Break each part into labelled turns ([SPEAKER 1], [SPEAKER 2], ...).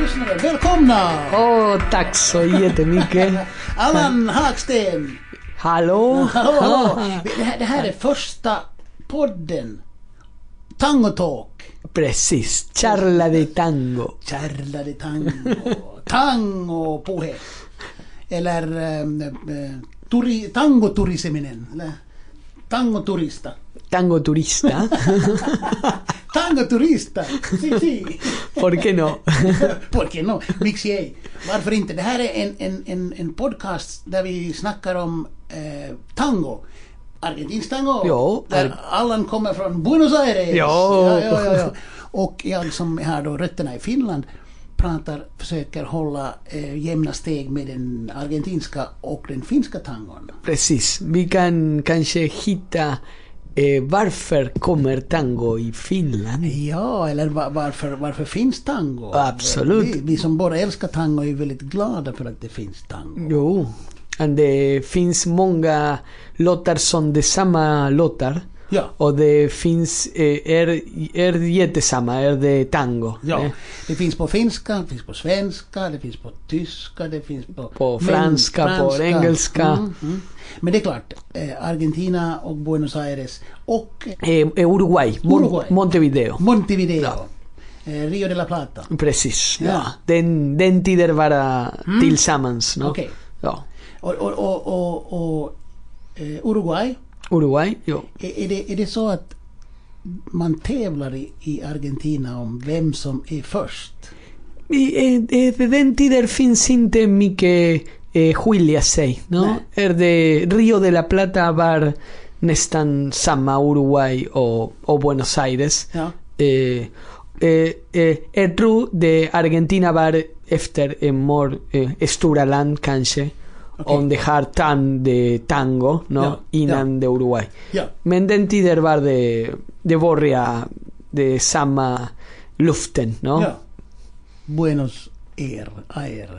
[SPEAKER 1] lyssnare, välkomna!
[SPEAKER 2] Åh, tack så jättemycket.
[SPEAKER 1] Allan Hagsten!
[SPEAKER 2] Hallå?
[SPEAKER 1] Hallå,
[SPEAKER 2] Oh,
[SPEAKER 1] hallå. Det, här, det här är första podden. Tango Talk.
[SPEAKER 2] Precis, charla de tango.
[SPEAKER 1] Kärlade tango. Tango puhe. Eller ehm, eh, turi, tangoturisminen. Eller tangoturista.
[SPEAKER 2] Tangoturista,
[SPEAKER 1] Tangoturista! Si, si.
[SPEAKER 2] ¿por qué no?
[SPEAKER 1] Por qué no? Mixie. Varför inte? Det här är en, en, en, en podcast där vi snackar om eh, tango. Argentinsk tango.
[SPEAKER 2] Ja,
[SPEAKER 1] där
[SPEAKER 2] Ar-
[SPEAKER 1] Allan kommer från Buenos Aires.
[SPEAKER 2] Ja.
[SPEAKER 1] Ja, ja, ja, ja. Och jag som har då rötterna i Finland pratar, försöker hålla eh, jämna steg med den argentinska och den finska tangon.
[SPEAKER 2] Precis, vi kan kanske hitta eh, varför kommer tango i Finland?
[SPEAKER 1] Ja, eller va- varför, varför finns tango?
[SPEAKER 2] Absolut.
[SPEAKER 1] Vi, vi som bara älskar tango är väldigt glada för att det finns tango.
[SPEAKER 2] Jo, uh, and det finns många låtar som det är samma låtar.
[SPEAKER 1] Ja.
[SPEAKER 2] Och det finns, eh, är, är jättesamma, är det er tango.
[SPEAKER 1] Ja,
[SPEAKER 2] eh?
[SPEAKER 1] det finns på finska, det finns på svenska, det finns på tyska, det finns på...
[SPEAKER 2] På franska, på engelska.
[SPEAKER 1] Mm, mm. Men det är klart, eh, Argentina och Buenos Aires och
[SPEAKER 2] Eh, eh, Uruguay, Mon-
[SPEAKER 1] Uruguay.
[SPEAKER 2] Montevideo.
[SPEAKER 1] Montevideo. Eh, Rio de la Plata.
[SPEAKER 2] Precis, ja.
[SPEAKER 1] Ja. Mm.
[SPEAKER 2] Den, den tiden bara tillsammans. No?
[SPEAKER 1] Okej.
[SPEAKER 2] Ja.
[SPEAKER 1] Och, och, och, och, och eh, Uruguay,
[SPEAKER 2] Uruguay, ja.
[SPEAKER 1] är, är, det, är det så att man tävlar i, i Argentina om vem som är först?
[SPEAKER 2] I, eh, eh, den tiden finns inte mycket eh, skilja sig. No?
[SPEAKER 1] Nej.
[SPEAKER 2] Är det Rio de la Plata var nästan samma Uruguay och, och Buenos Aires.
[SPEAKER 1] Ja.
[SPEAKER 2] Eh, eh, eh, jag tror det Argentina var efter en mer eh, stora land kanske.
[SPEAKER 1] Okej.
[SPEAKER 2] Om det har tan de tango no?
[SPEAKER 1] Ja,
[SPEAKER 2] innan de Uruguay.
[SPEAKER 1] ja.
[SPEAKER 2] Men den tiden var det, det borra det samma luften, no?
[SPEAKER 1] ja. Buenos Aires. Aires.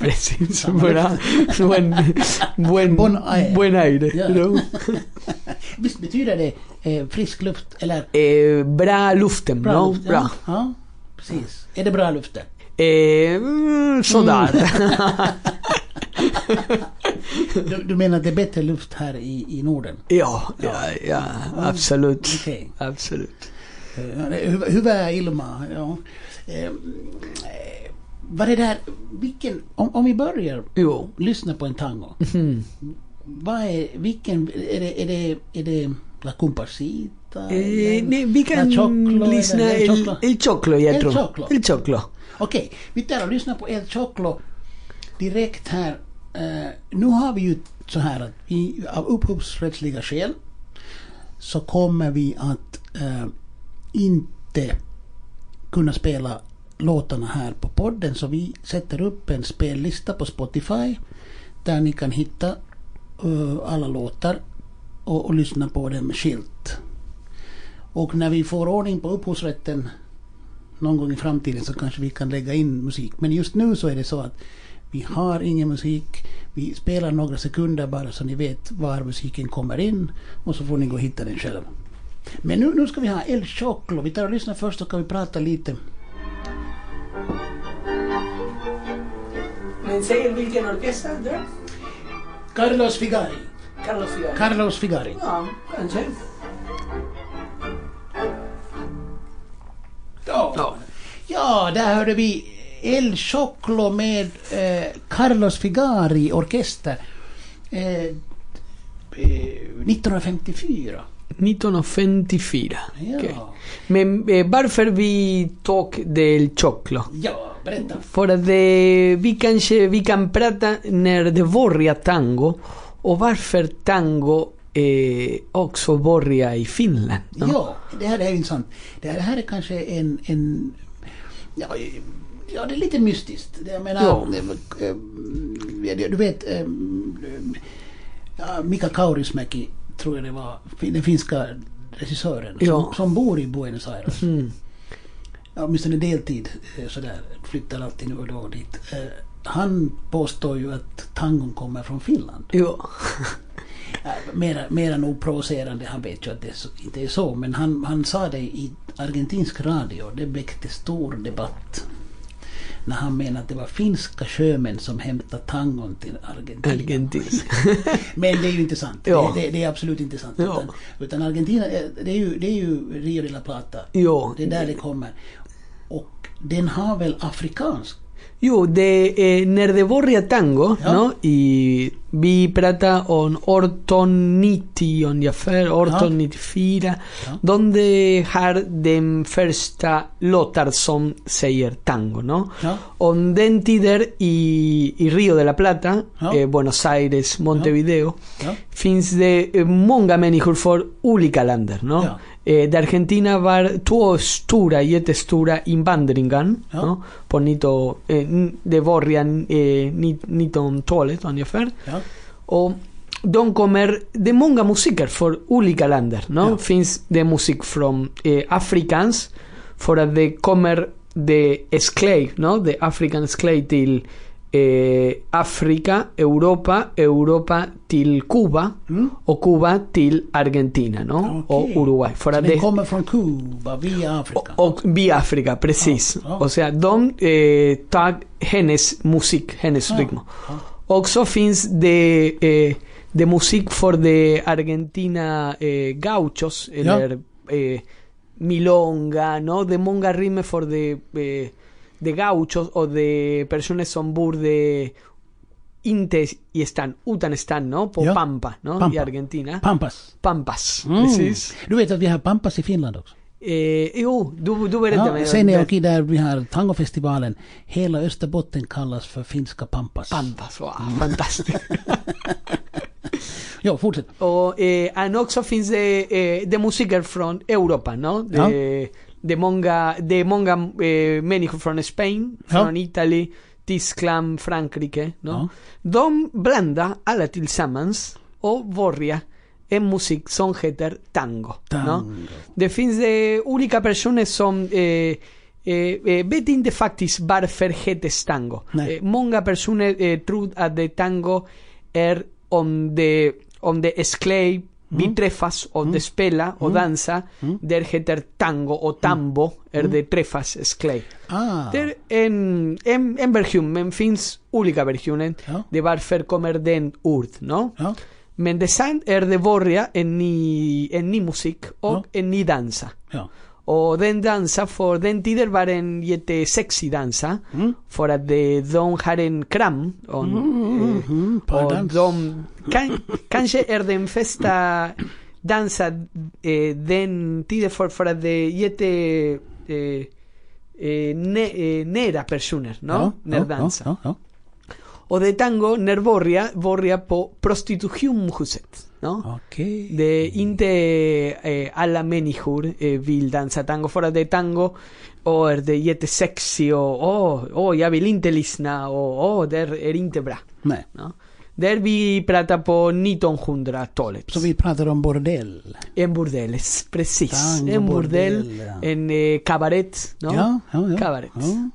[SPEAKER 2] Precis. Bra. Buen, buen,
[SPEAKER 1] Bon aire.
[SPEAKER 2] buen aire.
[SPEAKER 1] Ja.
[SPEAKER 2] no?
[SPEAKER 1] Visst betyder det eh, frisk luft eller
[SPEAKER 2] Eh, bra luften,
[SPEAKER 1] bra
[SPEAKER 2] no?
[SPEAKER 1] luft? ja.
[SPEAKER 2] Bra.
[SPEAKER 1] Ja, precis. Är det bra luft där?
[SPEAKER 2] Eh, mm, sådär.
[SPEAKER 1] Du, du menar att det är bättre luft här i, i Norden?
[SPEAKER 2] ja, ja, ja, absolut.
[SPEAKER 1] Okej.
[SPEAKER 2] Absolut.
[SPEAKER 1] Eh, Hur, hur är Ilma? Ja. Eh, eh, vad är det här, vilken, om, om vi börjar
[SPEAKER 2] Jo.
[SPEAKER 1] lyssna på en tango.
[SPEAKER 2] Mm-hmm.
[SPEAKER 1] Vad är, vilken, är det, är det, är det La Comparsita?
[SPEAKER 2] Eh,
[SPEAKER 1] eller
[SPEAKER 2] nej, vi
[SPEAKER 1] La
[SPEAKER 2] kan
[SPEAKER 1] Choclo eller
[SPEAKER 2] lyssna
[SPEAKER 1] El
[SPEAKER 2] el,
[SPEAKER 1] Choclo?
[SPEAKER 2] el choclo,
[SPEAKER 1] El
[SPEAKER 2] jag tror.
[SPEAKER 1] Choclo.
[SPEAKER 2] El choclo.
[SPEAKER 1] Okej, vi tar och lyssnar på El Choclo direkt här. Eh, nu har vi ju så här att vi av upphovsrättsliga skäl så kommer vi att eh, inte kunna spela låtarna här på podden så vi sätter upp en spellista på Spotify där ni kan hitta eh, alla låtar och, och lyssna på dem skilt. Och när vi får ordning på upphovsrätten någon gång i framtiden så kanske vi kan lägga in musik. Men just nu så är det så att vi har ingen musik. Vi spelar några sekunder bara så ni vet var musiken kommer in och så får ni gå och hitta den själva. Men nu, nu ska vi ha El Choclo. Vi tar och lyssnar först så kan vi prata lite.
[SPEAKER 3] ¿Me enseñan vilken orquesta? Andrea?
[SPEAKER 1] Carlos Figari.
[SPEAKER 3] Carlos Figaro.
[SPEAKER 1] Carlos Figari.
[SPEAKER 3] Ja, kanske.
[SPEAKER 1] Ja, ja där hörde vi El Choclo med eh, Carlos Figari Orkester. Eh, eh, 1954.
[SPEAKER 2] 1954.
[SPEAKER 1] Ja.
[SPEAKER 2] Okej. Men eh, varför vi tog del choclo?
[SPEAKER 1] Ja, berätta.
[SPEAKER 2] För att det, vi kanske vi kan prata när det börjar tango och varför tango eh, också börjar i Finland. no?
[SPEAKER 1] Ja, det här är ju intressant. Det här, det här är kanske en... en ja, ja, det är lite mystiskt. Jag menar,
[SPEAKER 2] Ja.
[SPEAKER 1] eh, eh, ja, du vet... eh, eh, ja, Mika Kaurismäki, tror jag det var, fin- den finska regissören,
[SPEAKER 2] Ja. Mm.
[SPEAKER 1] som, som bor i Buenos Aires. Ja, åtminstone deltid, eh, sådär, flyttar alltid nu och då dit. Eh, Han påstår ju att tangon kommer från Finland.
[SPEAKER 2] Ja.
[SPEAKER 1] Ja, Äh, Mera, mera nog provocerande, han vet ju att det är så- inte är så, men han, han sa det i argentinsk radio, det väckte stor debatt. när han menade att det var finska sjömän som hämtade tangon till Argentina.
[SPEAKER 2] Argentina.
[SPEAKER 1] Men det är ju inte sant.
[SPEAKER 2] Ja.
[SPEAKER 1] Det, det, det är absolut inte sant.
[SPEAKER 2] Ja.
[SPEAKER 1] Utan, utan Argentina, är- det är, ju, det är ju Rio de la Plata.
[SPEAKER 2] Ja.
[SPEAKER 1] Det är där det kommer. Och den har väl afrikansk?
[SPEAKER 2] Jo, de eh, Nerdeborria Tango,
[SPEAKER 1] Ja.
[SPEAKER 2] ¿no? Y vi prata on Orton Niti, on Jaffer, Orton
[SPEAKER 1] Ja.
[SPEAKER 2] Nitifira,
[SPEAKER 1] Ja.
[SPEAKER 2] donde har den första låtar som säger tango, ¿no?
[SPEAKER 1] Ja.
[SPEAKER 2] On den tider i, i Rio de la Plata,
[SPEAKER 1] Ja.
[SPEAKER 2] eh, Buenos Aires, Montevideo,
[SPEAKER 1] Ja.
[SPEAKER 2] finns det eh, många människor från olika länder, ¿no?
[SPEAKER 1] Ja.
[SPEAKER 2] Eh, de Argentina var två stora, jättestora invandringar.
[SPEAKER 1] Ja.
[SPEAKER 2] No? På 19, eh, n- det början eh, ni- 1912 ungefär.
[SPEAKER 1] Ja.
[SPEAKER 2] Och de kommer, det är många musiker från olika länder. No?
[SPEAKER 1] Ja.
[SPEAKER 2] Finns det musik från eh, afrikans, för att det kommer de esclave, no? de african esclave till eh, Afrika, Europa, Europa till Kuba
[SPEAKER 1] Mm.
[SPEAKER 2] och Kuba till Argentina no?
[SPEAKER 1] Okej.
[SPEAKER 2] och Uruguay. För
[SPEAKER 1] Så
[SPEAKER 2] att
[SPEAKER 1] den
[SPEAKER 2] det,
[SPEAKER 1] kommer från Kuba via Afrika?
[SPEAKER 2] och Biafrica, precis.
[SPEAKER 1] Ja, ja.
[SPEAKER 2] O sea, de eh, tar hennes musik, hennes
[SPEAKER 1] Ja,
[SPEAKER 2] ritmo.
[SPEAKER 1] ja.
[SPEAKER 2] Också finns det, eh, det musik för de Argentina eh, gauchos, eller eh, milonga, no? De många rimmer för de, eh, de gauchos och de personer som bor de inte i stan, utan stan, no? På
[SPEAKER 1] Ja.
[SPEAKER 2] Pampa, no? I
[SPEAKER 1] Pampa.
[SPEAKER 2] Argentina.
[SPEAKER 1] Pampas.
[SPEAKER 2] Pampas,
[SPEAKER 1] Mm.
[SPEAKER 2] precis.
[SPEAKER 1] Du vet att vi har Pampas i Finland också?
[SPEAKER 2] Eh, jo, du, du berättade
[SPEAKER 1] Ja,
[SPEAKER 2] mig
[SPEAKER 1] sen är
[SPEAKER 2] det.
[SPEAKER 1] okej där vi har tangofestivalen. Hela Österbotten kallas för finska Pampas.
[SPEAKER 2] Pampas, wow, fantastiskt.
[SPEAKER 1] Ja, fortsätt.
[SPEAKER 2] och eh, and också finns det, eh, det musiker från Europa, no? De, de många, de många eh, människor från Spanien,
[SPEAKER 1] Ja.
[SPEAKER 2] från Italien, Tyskland, Frankrike. No?
[SPEAKER 1] Ja.
[SPEAKER 2] De blandar alla tillsammans och börjar en musik som heter tango.
[SPEAKER 1] Tango.
[SPEAKER 2] No? Det finns eh, olika personer som eh, eh, eh, vet inte faktiskt varför heter tango.
[SPEAKER 1] Nej.
[SPEAKER 2] Eh, många personer eh, tror att det tango er är om det, om det esclave, vi träffas och de spelar och dansar. Där heter tango och tambo är det träffas esclave.
[SPEAKER 1] Ah,
[SPEAKER 2] Det är en, en, en version, men finns olika versioner.
[SPEAKER 1] Ja.
[SPEAKER 2] Det varför kommer den ord, no?
[SPEAKER 1] ja.
[SPEAKER 2] Men design är det börja er en ny, en ny musik och
[SPEAKER 1] Ja.
[SPEAKER 2] en ny dansa.
[SPEAKER 1] ja.
[SPEAKER 2] Och den dansa, för den tiden var en jättesexig dansa. För att de, de har en kram. Och,
[SPEAKER 1] Mm,
[SPEAKER 2] eh, och
[SPEAKER 1] pardans.
[SPEAKER 2] de, kan, kanske är den första dansa eh, den tiden för, för att det är jätte... Eh, eh, ne, eh, nära personer, no?
[SPEAKER 1] Ja,
[SPEAKER 2] när
[SPEAKER 1] ja,
[SPEAKER 2] dansa.
[SPEAKER 1] Ja, ja,
[SPEAKER 2] Och det tango, när börjar, börjar på prostitutionshuset. No?
[SPEAKER 1] ja. Okej.
[SPEAKER 2] de inte eh, alla människor eh, vill dansa tango för att det är tango Er och är det jättesexy och åh, åh, jag vill inte lyssna och åh, det är, är Er inte bra.
[SPEAKER 1] Nej.
[SPEAKER 2] No? Där vi pratar på 1900-talet.
[SPEAKER 1] Så vi pratar om bordell.
[SPEAKER 2] En bordeles, precis.
[SPEAKER 1] Tango,
[SPEAKER 2] en bordell,
[SPEAKER 1] bordell, ja.
[SPEAKER 2] en eh, cabaret. No?
[SPEAKER 1] Ja, ja, ja.
[SPEAKER 2] Cabaret.
[SPEAKER 1] Ja.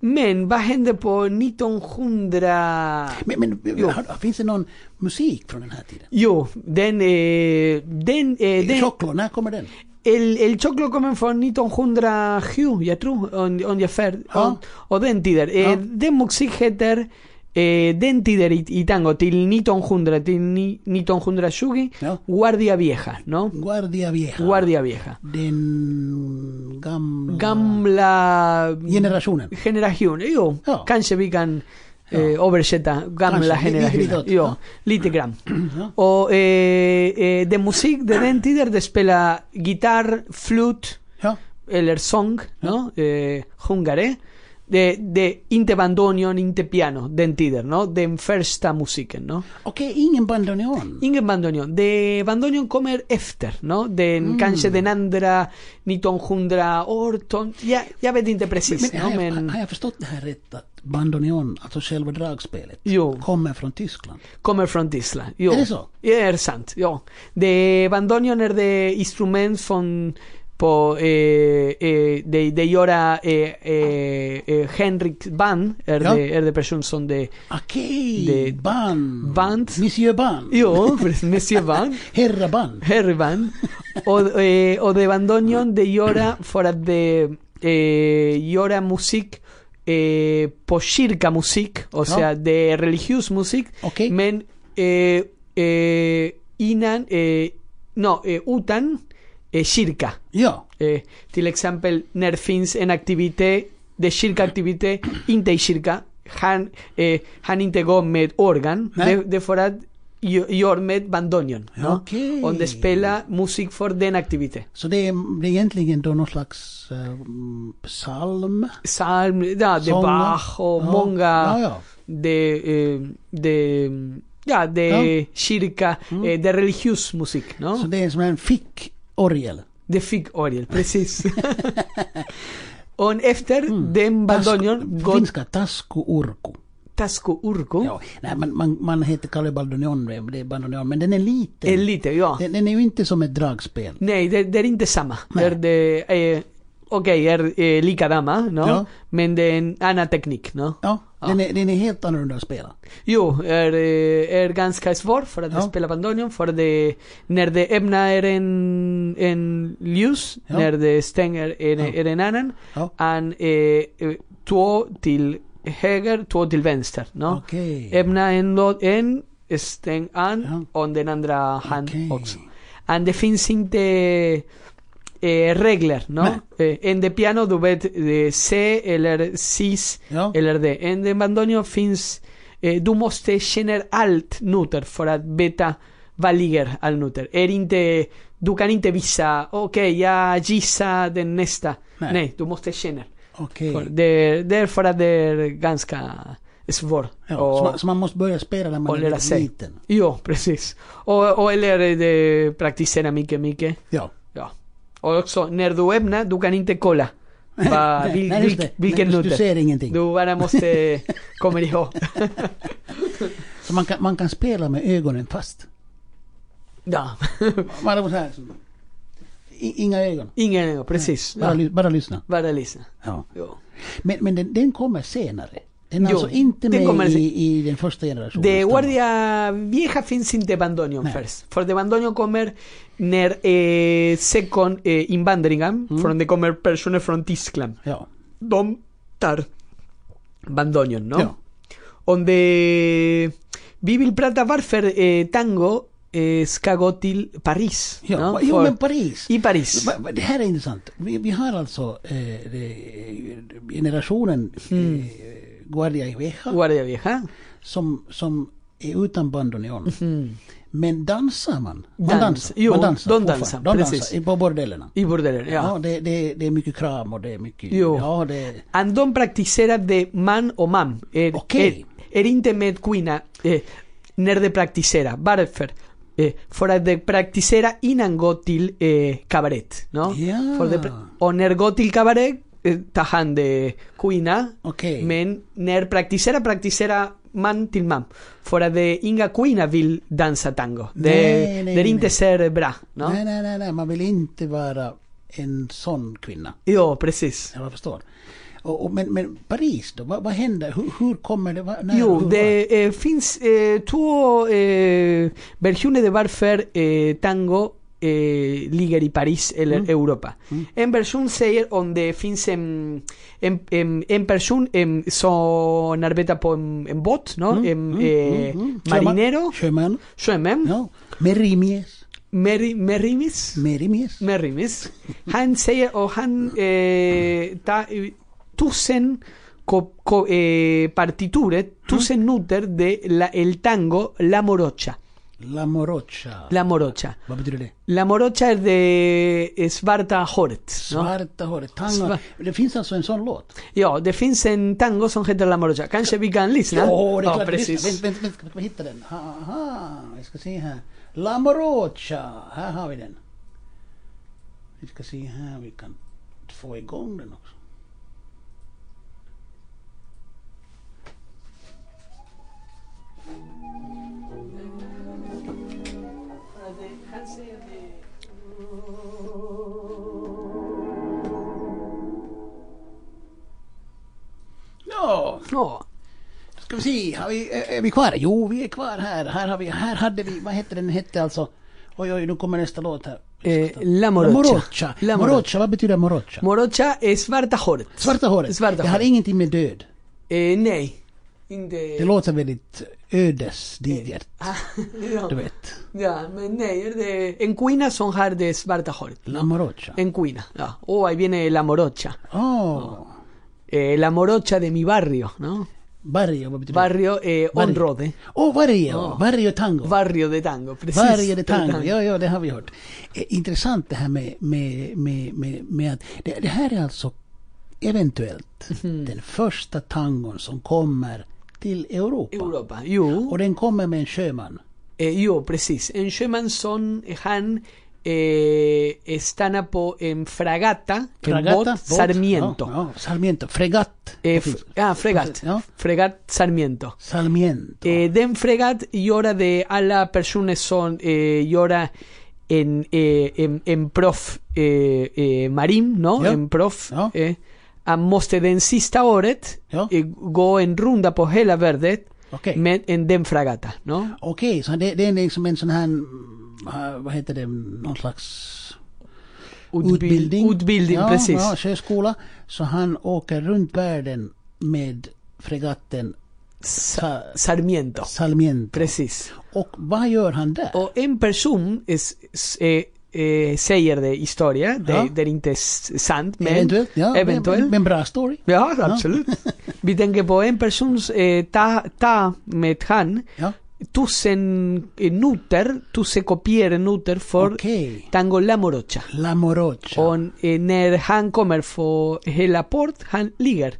[SPEAKER 2] Men vad hände på 1900...
[SPEAKER 1] Men, men
[SPEAKER 2] Jo.
[SPEAKER 1] har, finns det någon musik från den här tiden?
[SPEAKER 2] Jo, den... Eh, den, eh, den
[SPEAKER 1] Choclo, när kommer den?
[SPEAKER 2] El, el choclo comen från 1907, jag tror, on, on ungefär.
[SPEAKER 1] Ja.
[SPEAKER 2] Och- Och den tider. Eh,
[SPEAKER 1] Ja.
[SPEAKER 2] den musik heter eh, den tider i, i tango till 1900, till ni, 1920,
[SPEAKER 1] Ja.
[SPEAKER 2] Guardia Vieja, no?
[SPEAKER 1] Guardia Vieja.
[SPEAKER 2] Guardia Vieja.
[SPEAKER 1] Den gamla
[SPEAKER 2] Gamla
[SPEAKER 1] generationen.
[SPEAKER 2] generation, jo,
[SPEAKER 1] Ja.
[SPEAKER 2] eh, kanske vi kan eh, översätta gamla
[SPEAKER 1] Ah. Kanske, lite- lite
[SPEAKER 2] generationen.
[SPEAKER 1] åt,
[SPEAKER 2] Jo,
[SPEAKER 1] ja.
[SPEAKER 2] lite grann. Och eh, eh, den musik, de den tider, de spelar gitarr, flute,
[SPEAKER 1] Ja.
[SPEAKER 2] eller sång, no? Eh, hungare. De, de, inte bandoneon, inte piano, den tiden, no? Den första musiken, no?
[SPEAKER 1] Okej, ingen bandoneon.
[SPEAKER 2] Ingen bandoneon. De bandoneon kommer efter, no? Den, kanske den andra 1918, jag, jag vet inte precis,
[SPEAKER 1] Men,
[SPEAKER 2] no?
[SPEAKER 1] har, jag,
[SPEAKER 2] Men
[SPEAKER 1] har jag förstått det här rätt att bandoneon, alltså själva dragspelet,
[SPEAKER 2] Jo.
[SPEAKER 1] kommer från Tyskland?
[SPEAKER 2] kommer från Tyskland. Jo.
[SPEAKER 1] Är det så?
[SPEAKER 2] Ja, är sant, ja. De bandoneon er är det instrument från på, eh, eh, de, de göra eh, eh, eh, Henrik Band, är,
[SPEAKER 1] Ja.
[SPEAKER 2] det, är det person som de
[SPEAKER 1] Okej,
[SPEAKER 2] Det-
[SPEAKER 1] band.
[SPEAKER 2] Band.
[SPEAKER 1] Monsieur Band.
[SPEAKER 2] Jo, pres- Monsieur Van,
[SPEAKER 1] Herra Band.
[SPEAKER 2] Harry Van, o, eh, o de bandoneon de Llora, fuera de eh, Llora Music, eh, Poshirka Musik, o sea, de Religious Musik,
[SPEAKER 1] Okej.
[SPEAKER 2] men eh, eh, innan, eh, no, eh, utan eh, Shirka.
[SPEAKER 1] Ja.
[SPEAKER 2] Eh, till exempel när finns en aktivitet, det kyrkaaktivitet, inte i kyrka, han, eh, han inte går med organ,
[SPEAKER 1] Nej.
[SPEAKER 2] det, det är för att gö- gör med bandonion. no?
[SPEAKER 1] Okej.
[SPEAKER 2] Och de spelar musik för den aktiviteten.
[SPEAKER 1] Så det är, det är egentligen då någon slags eh, psalm.
[SPEAKER 2] Psalm, ja, de
[SPEAKER 1] Sånger.
[SPEAKER 2] Bach och
[SPEAKER 1] Ja.
[SPEAKER 2] många
[SPEAKER 1] Ja, ja.
[SPEAKER 2] de, eh, de, ja, de
[SPEAKER 1] Ja.
[SPEAKER 2] kyrka, eh, de religiös musik. No?
[SPEAKER 1] Så det är som en fickorgel.
[SPEAKER 2] De fick orgel, precis. Och efter den bandonion,
[SPEAKER 1] Tasku- på
[SPEAKER 2] går
[SPEAKER 1] Finska taskuurku.
[SPEAKER 2] Tasco Urco.
[SPEAKER 1] Ja. Nej, man, man, man heter Kalle Baldonion, det är Baldonion, men den är liten.
[SPEAKER 2] Eh, lite, ja.
[SPEAKER 1] Den, den är ju inte som ett dragspel.
[SPEAKER 2] Nej, det, det är inte samma.
[SPEAKER 1] Nej.
[SPEAKER 2] Det är de, eh, okej, är eh, likadana, no?
[SPEAKER 1] Ja.
[SPEAKER 2] men det är en annan teknik. No?
[SPEAKER 1] Ja, Den, är, den är helt annorlunda att spela.
[SPEAKER 2] Jo, är, eh, är ganska svår för att
[SPEAKER 1] Ja.
[SPEAKER 2] spela bandonion, för det, när det ämnar en, en ljus,
[SPEAKER 1] Ja.
[SPEAKER 2] när det stänger en,
[SPEAKER 1] Ja.
[SPEAKER 2] är en annan,
[SPEAKER 1] Ja.
[SPEAKER 2] an, eh, eh, två till höger, två till vänster. No?
[SPEAKER 1] Okej.
[SPEAKER 2] Ämna en, låt- en stäng an
[SPEAKER 1] Ja.
[SPEAKER 2] och den andra hand
[SPEAKER 1] Okej.
[SPEAKER 2] också. And det finns inte eh, regler, no? Eh, en de piano du vet eh, C eller cis
[SPEAKER 1] Ja.
[SPEAKER 2] eller D. En de bandonion finns, eh, du måste känna allt noter för att veta vad ligger all noter. Är inte, du kan inte visa, okej jag gissar den nästa.
[SPEAKER 1] Nej.
[SPEAKER 2] Nej, du måste känna.
[SPEAKER 1] Okej.
[SPEAKER 2] För Det, därför att det är ganska svårt.
[SPEAKER 1] Ja,
[SPEAKER 2] Och-
[SPEAKER 1] så, man- så man måste börja spela när man
[SPEAKER 2] och
[SPEAKER 1] är
[SPEAKER 2] lära
[SPEAKER 1] väldigt
[SPEAKER 2] sig.
[SPEAKER 1] liten.
[SPEAKER 2] Jo, precis. Och, och eller de praktisera mycket, mycket.
[SPEAKER 1] Ja.
[SPEAKER 2] Ja. Och också, när du öppnar, du kan inte kolla. Va, vil,
[SPEAKER 1] Nej, just
[SPEAKER 2] vil,
[SPEAKER 1] det.
[SPEAKER 2] vilken
[SPEAKER 1] Nej, just-
[SPEAKER 2] noter.
[SPEAKER 1] du ser ingenting.
[SPEAKER 2] Du bara måste komma ihåg.
[SPEAKER 1] Så man kan, man kan spela med ögonen fast.
[SPEAKER 2] ja.
[SPEAKER 1] Man är så här, så. I- Inga ögon.
[SPEAKER 2] Ingen, precis.
[SPEAKER 1] Bara,
[SPEAKER 2] Ja.
[SPEAKER 1] ly- bara lyssna.
[SPEAKER 2] Bara lyssna.
[SPEAKER 1] Ja.
[SPEAKER 2] Jo.
[SPEAKER 1] Men, men den, den kommer senare. Den är
[SPEAKER 2] Jo,
[SPEAKER 1] alltså inte
[SPEAKER 2] den
[SPEAKER 1] med
[SPEAKER 2] kommer sen-
[SPEAKER 1] i, i den första generationen.
[SPEAKER 2] De
[SPEAKER 1] utan-
[SPEAKER 2] guardia vieja finns inte bandonion
[SPEAKER 1] Nej.
[SPEAKER 2] first. För de bandonion kommer när eh, second eh, in Bandringham, från de kommer personer från Tyskland.
[SPEAKER 1] Ja.
[SPEAKER 2] de tar bandonion, ¿no?
[SPEAKER 1] Ja.
[SPEAKER 2] Donde vi vill prata varför eh, tango eh, ska gå till Paris.
[SPEAKER 1] Ja,
[SPEAKER 2] no?
[SPEAKER 1] jo,
[SPEAKER 2] För-
[SPEAKER 1] men Paris.
[SPEAKER 2] I Paris.
[SPEAKER 1] Va- va- Det här är intressant. Vi, vi har alltså eh, det- generationen
[SPEAKER 2] Mm.
[SPEAKER 1] eh, Guardia y Veja
[SPEAKER 2] Guardia Vieja. ¿eh?
[SPEAKER 1] som, som är utan bandoneon. Men dansar man? Man
[SPEAKER 2] Mhm. Dans.
[SPEAKER 1] dansar.
[SPEAKER 2] Jo,
[SPEAKER 1] man dansar
[SPEAKER 2] de
[SPEAKER 1] fortfarande.
[SPEAKER 2] dansar,
[SPEAKER 1] De
[SPEAKER 2] precis.
[SPEAKER 1] dansar i- på bordellerna.
[SPEAKER 2] I bordelen, ja.
[SPEAKER 1] Ja, det, det, det är mycket kram och det är mycket...
[SPEAKER 2] Jo.
[SPEAKER 1] Ja, det...
[SPEAKER 2] Andón practicera de man o mam. Er,
[SPEAKER 1] Okej.
[SPEAKER 2] er, er inte med kvinna. Eh, när de practicera. Varför? Eh, för att de practicera innan gå till eh, kabarett. No?
[SPEAKER 1] Ja.
[SPEAKER 2] För de, pra- och när gå till kabarett eh, tar han de kvinna.
[SPEAKER 1] Okej.
[SPEAKER 2] Men när practicera, practicera man till man. För att de inga kvinna vill dansa tango. De,
[SPEAKER 1] Nej, nej,
[SPEAKER 2] de inte
[SPEAKER 1] nej.
[SPEAKER 2] ser bra. No?
[SPEAKER 1] Nej, nej, nej, nej, man vill inte vara en sån kvinna.
[SPEAKER 2] Jo, precis.
[SPEAKER 1] Ja, Jag förstår. Och, och, men, men Paris då, vad, vad händer? Hur, hur kommer det? Vad- när,
[SPEAKER 2] Jo,
[SPEAKER 1] hur,
[SPEAKER 2] det eh, finns eh, två eh, versioner de varför eh, tango eh, ligger i Paris eller Europa. En version säger om det finns en, en, en, en em, person en, som arbetar på en, en båt, no? en eh,
[SPEAKER 1] Mm,
[SPEAKER 2] marinero,
[SPEAKER 1] Sjöman?
[SPEAKER 2] sjömän,
[SPEAKER 1] Ja. Merimies?
[SPEAKER 2] Meri- merimis,
[SPEAKER 1] Merimies?
[SPEAKER 2] merimis. Han säger och han eh, tar eh, tusen co- co- eh, partiturer, tusen noter de la, el tango La Morocha.
[SPEAKER 1] La morocha?
[SPEAKER 2] La Morocha.
[SPEAKER 1] Vad betyder det?
[SPEAKER 2] La Morocha es de Svarta Hort. ¿no?
[SPEAKER 1] Svarta håret, tango.
[SPEAKER 2] Sva-
[SPEAKER 1] Det finns alltså en sån låt?
[SPEAKER 2] Ja, det finns en tango som heter La Morocha. Kanske vi kan lyssna?
[SPEAKER 1] Åh, det är klart.
[SPEAKER 2] precis.
[SPEAKER 1] Vänta, vänta, vänta, ska vi hitta den? Aha, vi ska se här. La Morocha, här har vi den. Vi ska se här, vi kan få igång den också. Ja,
[SPEAKER 2] Ja.
[SPEAKER 1] ska vi se, har vi, är, är vi kvar? Jo, vi är kvar här. Här, har vi, här hade vi, vad hette den, hette alltså Oj, oj, nu kommer nästa låt här.
[SPEAKER 2] Eh, La Morocha.
[SPEAKER 1] Morocha.
[SPEAKER 2] La Morocha.
[SPEAKER 1] Morocha, vad betyder morocha?
[SPEAKER 2] Morocha es Svarta håret.
[SPEAKER 1] Svarta håret.
[SPEAKER 2] Svarta
[SPEAKER 1] det har
[SPEAKER 2] håret.
[SPEAKER 1] ingenting med död.
[SPEAKER 2] Eh, nej. Inte...
[SPEAKER 1] Det låter väldigt ödesdigert.
[SPEAKER 2] Ah, ja.
[SPEAKER 1] Du vet.
[SPEAKER 2] Ja, men nej. är Det... En cuina son har de Svarta håret.
[SPEAKER 1] La morocha.
[SPEAKER 2] En cuina. Ja. Oh, ahí viene La Morocha.
[SPEAKER 1] Oh.
[SPEAKER 2] Eh, la Morocha de mi barrio, ¿no?
[SPEAKER 1] Barrio, vad betyder
[SPEAKER 2] Barrio eh,
[SPEAKER 1] Barrio.
[SPEAKER 2] Onrode.
[SPEAKER 1] det? Oh, barrio.
[SPEAKER 2] Ja.
[SPEAKER 1] Barrio tango.
[SPEAKER 2] Barrio de tango, precis.
[SPEAKER 1] Varje det tango, ja, ja det har vi hört. Eh, intressant det här med, med, med, med, med att det, det här är alltså eventuellt
[SPEAKER 2] Mhm.
[SPEAKER 1] den första tangon som kommer till Europa.
[SPEAKER 2] Europa. Jo.
[SPEAKER 1] Och den kommer med en sjöman.
[SPEAKER 2] Eh, jo, precis. En sjöman son han eh, stanna på en fragata, en båt, Sarmiento.
[SPEAKER 1] Ja, ja, Sarmiento. Fregatt.
[SPEAKER 2] Eh,
[SPEAKER 1] det
[SPEAKER 2] f-
[SPEAKER 1] finns.
[SPEAKER 2] ah, fregat.
[SPEAKER 1] Ja.
[SPEAKER 2] Fregat Sarmiento.
[SPEAKER 1] Sarmiento.
[SPEAKER 2] Eh, den fregat llora de alla personas son eh, llora en, eh, en, en prof eh, eh, marim, ¿no?
[SPEAKER 1] Ja.
[SPEAKER 2] En prof.
[SPEAKER 1] Ja.
[SPEAKER 2] Eh, a måste den sista året
[SPEAKER 1] Ja.
[SPEAKER 2] eh, gå en runda på hela världen
[SPEAKER 1] Okej.
[SPEAKER 2] med en den fragata, ¿no?
[SPEAKER 1] Okej, så det, det är liksom en sån här, mm, ah, vad heter det, någon slags
[SPEAKER 2] Utbil- Utbildning,
[SPEAKER 1] ja,
[SPEAKER 2] precis.
[SPEAKER 1] Ja, sjöskola. Så han åker runt världen med fregatten
[SPEAKER 2] Sa- Sarmiento.
[SPEAKER 1] Salmiento.
[SPEAKER 2] Precis.
[SPEAKER 1] Och vad gör han där?
[SPEAKER 2] Och en person es, es, eh, eh, säger det historia, det,
[SPEAKER 1] Ja.
[SPEAKER 2] det är inte s- sant, men
[SPEAKER 1] eventuellt, ja.
[SPEAKER 2] eventuellt.
[SPEAKER 1] Men, men bra story.
[SPEAKER 2] ja, absolut. Vi tänker på en person, eh, ta, ta med han,
[SPEAKER 1] Ja.
[SPEAKER 2] tusen eh, noter, tusen kopior noter för
[SPEAKER 1] Okej.
[SPEAKER 2] Tango La Morocha.
[SPEAKER 1] La Morocha.
[SPEAKER 2] Och eh, när han kommer få hela port, han ligger.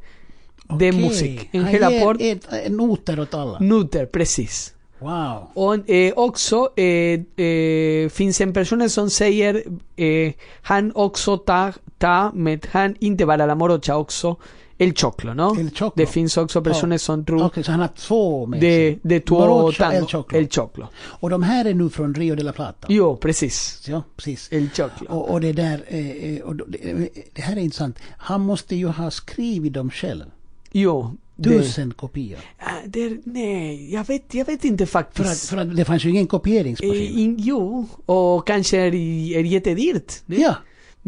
[SPEAKER 2] Det är
[SPEAKER 1] Okej.
[SPEAKER 2] musik. En
[SPEAKER 1] Han
[SPEAKER 2] hela
[SPEAKER 1] ger
[SPEAKER 2] port, Mm.
[SPEAKER 1] ett- eh, noter åt alla.
[SPEAKER 2] noter, precis.
[SPEAKER 1] Wow.
[SPEAKER 2] Och eh, också eh, eh, finns en person som säger eh, han också tar, tar med han, inte bara la morocha, också el choclo, no?
[SPEAKER 1] El choclo. Oh.
[SPEAKER 2] Det finns också personer
[SPEAKER 1] Ja.
[SPEAKER 2] som
[SPEAKER 1] Okej,
[SPEAKER 2] tror
[SPEAKER 1] så han har två med
[SPEAKER 2] de,
[SPEAKER 1] sig.
[SPEAKER 2] de två
[SPEAKER 1] Morocha,
[SPEAKER 2] tango,
[SPEAKER 1] El Choclo.
[SPEAKER 2] El choclo.
[SPEAKER 1] Och de här är nu från Rio de la Plata.
[SPEAKER 2] Jo, precis.
[SPEAKER 1] Ja, precis.
[SPEAKER 2] El choclo.
[SPEAKER 1] Och, och det där, eh, eh, och då- det, det här är intressant. Han måste ju ha skrivit dem själv.
[SPEAKER 2] Jo. Det,
[SPEAKER 1] Tusen kopior.
[SPEAKER 2] ah, det, nej, jag vet, jag vet inte
[SPEAKER 1] För
[SPEAKER 2] faktiskt.
[SPEAKER 1] att, för att det fanns ju ingen
[SPEAKER 2] eh,
[SPEAKER 1] kopieringsmaskin.
[SPEAKER 2] in, jo, och kanske är, är jättedyrt. nej?
[SPEAKER 1] ja.